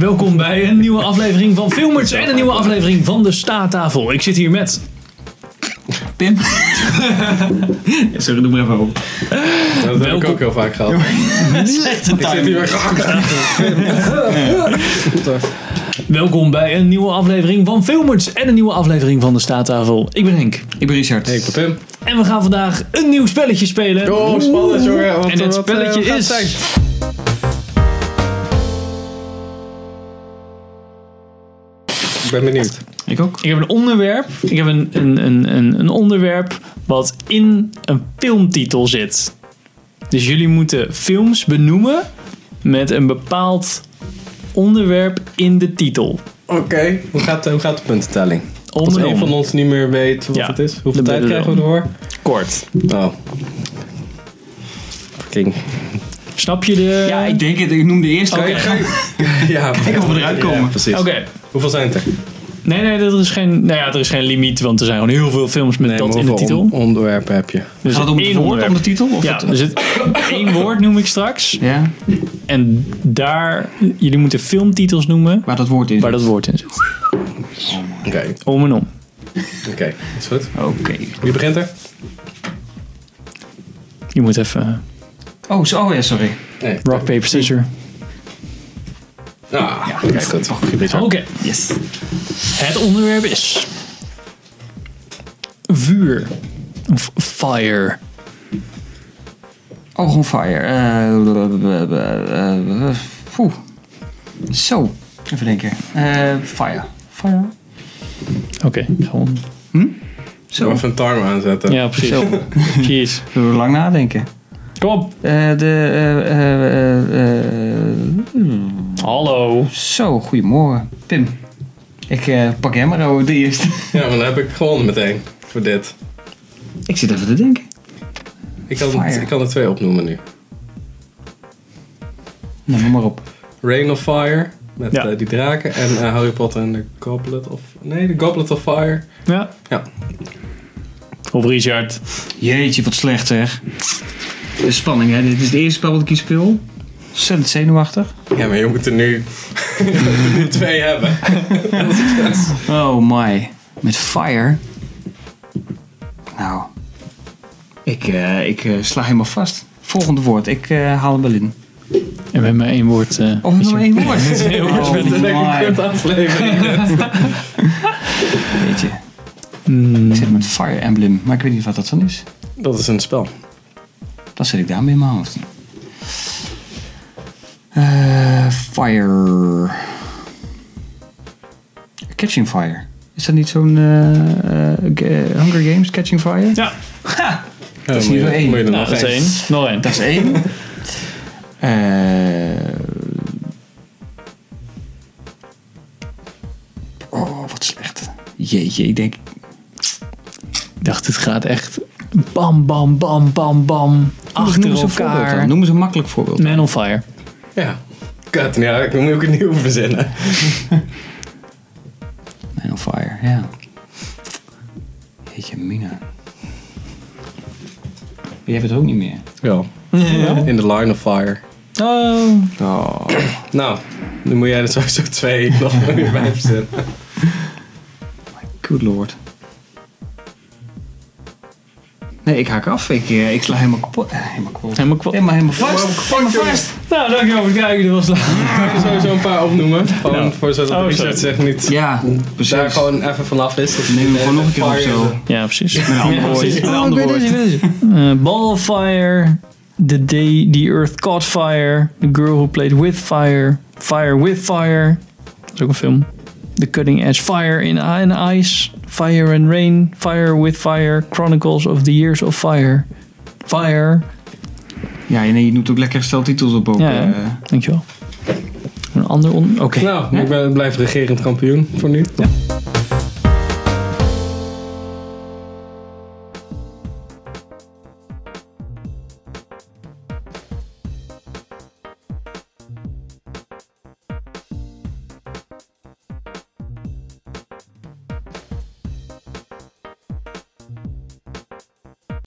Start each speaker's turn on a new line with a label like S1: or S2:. S1: Welkom bij een nieuwe aflevering van Filmers en een nieuwe aflevering van de Staattafel. Ik zit hier met.
S2: Pim.
S1: Ja, Sorry, doe maar even op.
S3: Dat heb ik
S1: Welkom.
S3: ook heel vaak gehad.
S2: Slechte
S3: Ik zit
S2: timing.
S3: hier
S1: Welkom bij een nieuwe aflevering van Filmers en een nieuwe aflevering van de Staattafel. Ik ben Henk.
S2: Ik ben Richard.
S3: Hey, ik ben Pim.
S1: En we gaan vandaag een nieuw spelletje spelen.
S3: Oh, spannend jongen. Wat,
S1: en het
S3: wat, eh,
S1: spelletje
S3: wat gaat
S1: is.
S3: het zijn? Ik ben benieuwd.
S2: Ik ook.
S1: Ik heb een onderwerp. Ik heb een, een, een, een, een onderwerp wat in een filmtitel zit. Dus jullie moeten films benoemen met een bepaald onderwerp in de titel.
S3: Oké. Hoe, gaat, eh, hoe gaat de puntentelling?
S1: Om
S3: Als
S1: en
S3: een
S1: om.
S3: van ons niet meer weet wat
S1: Ja.
S3: het is, hoeveel
S1: Dan
S3: tijd
S1: ben je
S3: krijgen we ervoor?
S1: Kort.
S3: Oh. Fucking.
S1: Snap je de...
S2: Ja, ik denk het. Ik noemde eerst.
S1: Oké.
S2: Kijk
S3: Ja,
S2: of we eruit komen.
S3: precies.
S1: Oké.
S3: Hoeveel zijn het er?
S1: Nee, nee, er is, geen, nou ja, er is geen limiet, want er zijn gewoon heel veel films met dat in de titel.
S3: onderwerpen heb je?
S1: Dus
S2: Gaat het om het
S1: één
S2: woord,
S1: onderwerp.
S2: om de titel? Of
S1: Ja,
S2: het-
S1: er zit één woord noem ik straks.
S2: ja,
S1: En daar, jullie moeten filmtitels noemen
S2: waar dat woord in
S1: waar
S2: zit.
S1: dat woord in zit.
S3: Oké.
S1: Om en om.
S3: Oké. Is goed.
S2: Oké.
S3: Wie begint er?
S1: Je moet even eh,
S2: Oh, zo, oh ja, sorry.
S3: Nee.
S1: rock, paper, scissors.
S3: Ah, oké, goed.
S1: Oké.
S2: Yes.
S1: Het onderwerp is... Vuur. Of fire.
S2: Oh, gewoon fire. Eh, eh, eh, eh, Poeh. Zo. Even denken. Eh, fire. Fire.
S1: Oké, gewoon...
S3: Zo.
S2: Zo.
S3: Even een timer aanzetten.
S1: Ja, precies.
S2: Zo.
S1: Precies.
S2: Zullen we lang nadenken?
S1: Kom op.
S2: Eh, de, eh, eh, eh, eh,
S1: Hallo.
S2: Zo, goedemorgen. Pim. Ik eh, pak hem maar over de eerste.
S3: Ja, maar dan heb ik gewonnen meteen voor dit.
S2: Ik zit even te denken.
S3: Ik kan,
S2: Fire.
S3: ik kan er twee opnoemen nu.
S2: Nou, noem maar op.
S3: Rain of Fire met
S1: Ja.
S3: eh, die draken en eh, Harry Potter en de Goblet of... Nee, de Goblet of Fire.
S1: Ja.
S3: Ja.
S1: Of Richard.
S2: Jeetje, wat slecht zeg. De spanning, hè? Dit is het eerste spel wat ik hier speel. Ontzettend zenuwachtig.
S3: Ja, maar je moet er nu, je moet er nu twee hebben.
S2: Oh my. Met fire. Nou. Ik, eh, ik eh, sla helemaal vast. Volgende woord. Ik eh, haal hem wel in.
S1: En we hebben maar één woord. eh,
S2: Of nog één woord.
S3: Jongens,
S2: Oh
S3: met een lekker
S2: my.
S3: kort aflevering.
S2: Weet je.
S1: Mm,
S2: Ik zit met Fire Emblem. Maar ik weet niet wat dat dan is.
S3: Dat is een spel.
S2: Dan zit ik daarmee in mijn hoofd. Eh, fire. Catching Fire. Is dat niet zo'n eh, eh, G- eh, Hunger Games Catching Fire?
S1: Ja,
S3: Dat
S2: is niet zo één.
S3: Moet je er
S1: nou,
S3: nog
S1: dat is
S3: één.
S1: één. Nog één.
S2: Dat is één. Eh, oh, wat slecht. Jeetje, ik denk...
S1: Ik dacht, het gaat echt bam, bam, bam, bam, bam. Achter
S2: Noem eens een voorbeeld dan.
S1: elkaar.
S2: Noem eens een makkelijk voorbeeld.
S1: Man on fire.
S3: Ja. Kut, ja, ik moet ook een nieuw verzinnen.
S2: Man on Fire, ja. Jeetje, Mina. Jij hebt het ook niet meer.
S3: Ja. In the Line of Fire.
S1: Oh.
S2: Oh.
S3: Nou, dan moet jij er sowieso twee nog weer bij verzinnen.
S2: Good lord. Nee, ik haak af. Ik, eh, ik sla helemaal kapot. eh, helemaal kapot.
S1: Helemaal kwal.
S2: Helemaal, helemaal vast. Helemaal vast.
S1: Nou, dankjewel voor het kijken. Dit was het
S3: Ik ga er sowieso een paar opnoemen. Gewoon
S1: Nou.
S3: voor zodat
S1: Oh,
S3: oh,
S1: sorry.
S3: Richard zich niet
S2: Ja, precies.
S3: daar gewoon even vanaf is. Dat
S2: Neem hem gewoon nog een keer op
S3: Fire
S2: zo.
S3: is een-
S1: Ja, precies.
S2: Met een ander
S3: Ja,
S2: woord.
S3: precies.
S2: Met een
S3: Oh,
S2: ander woord.
S1: Eh, ball of fire. The day the earth caught fire. The girl who played with fire. Fire with fire. Dat is ook een film. The Cutting Edge Fire in and Ice. Fire and Rain. Fire with Fire. Chronicles of the Years of Fire. Fire.
S2: Ja, nee, je noemt ook lekker stel titels op ook.
S1: Ja, ja.
S2: eh.
S1: Dankjewel. Een ander on... Oké.
S3: Nou, ik ben blijf regerend kampioen voor nu.
S1: Ja.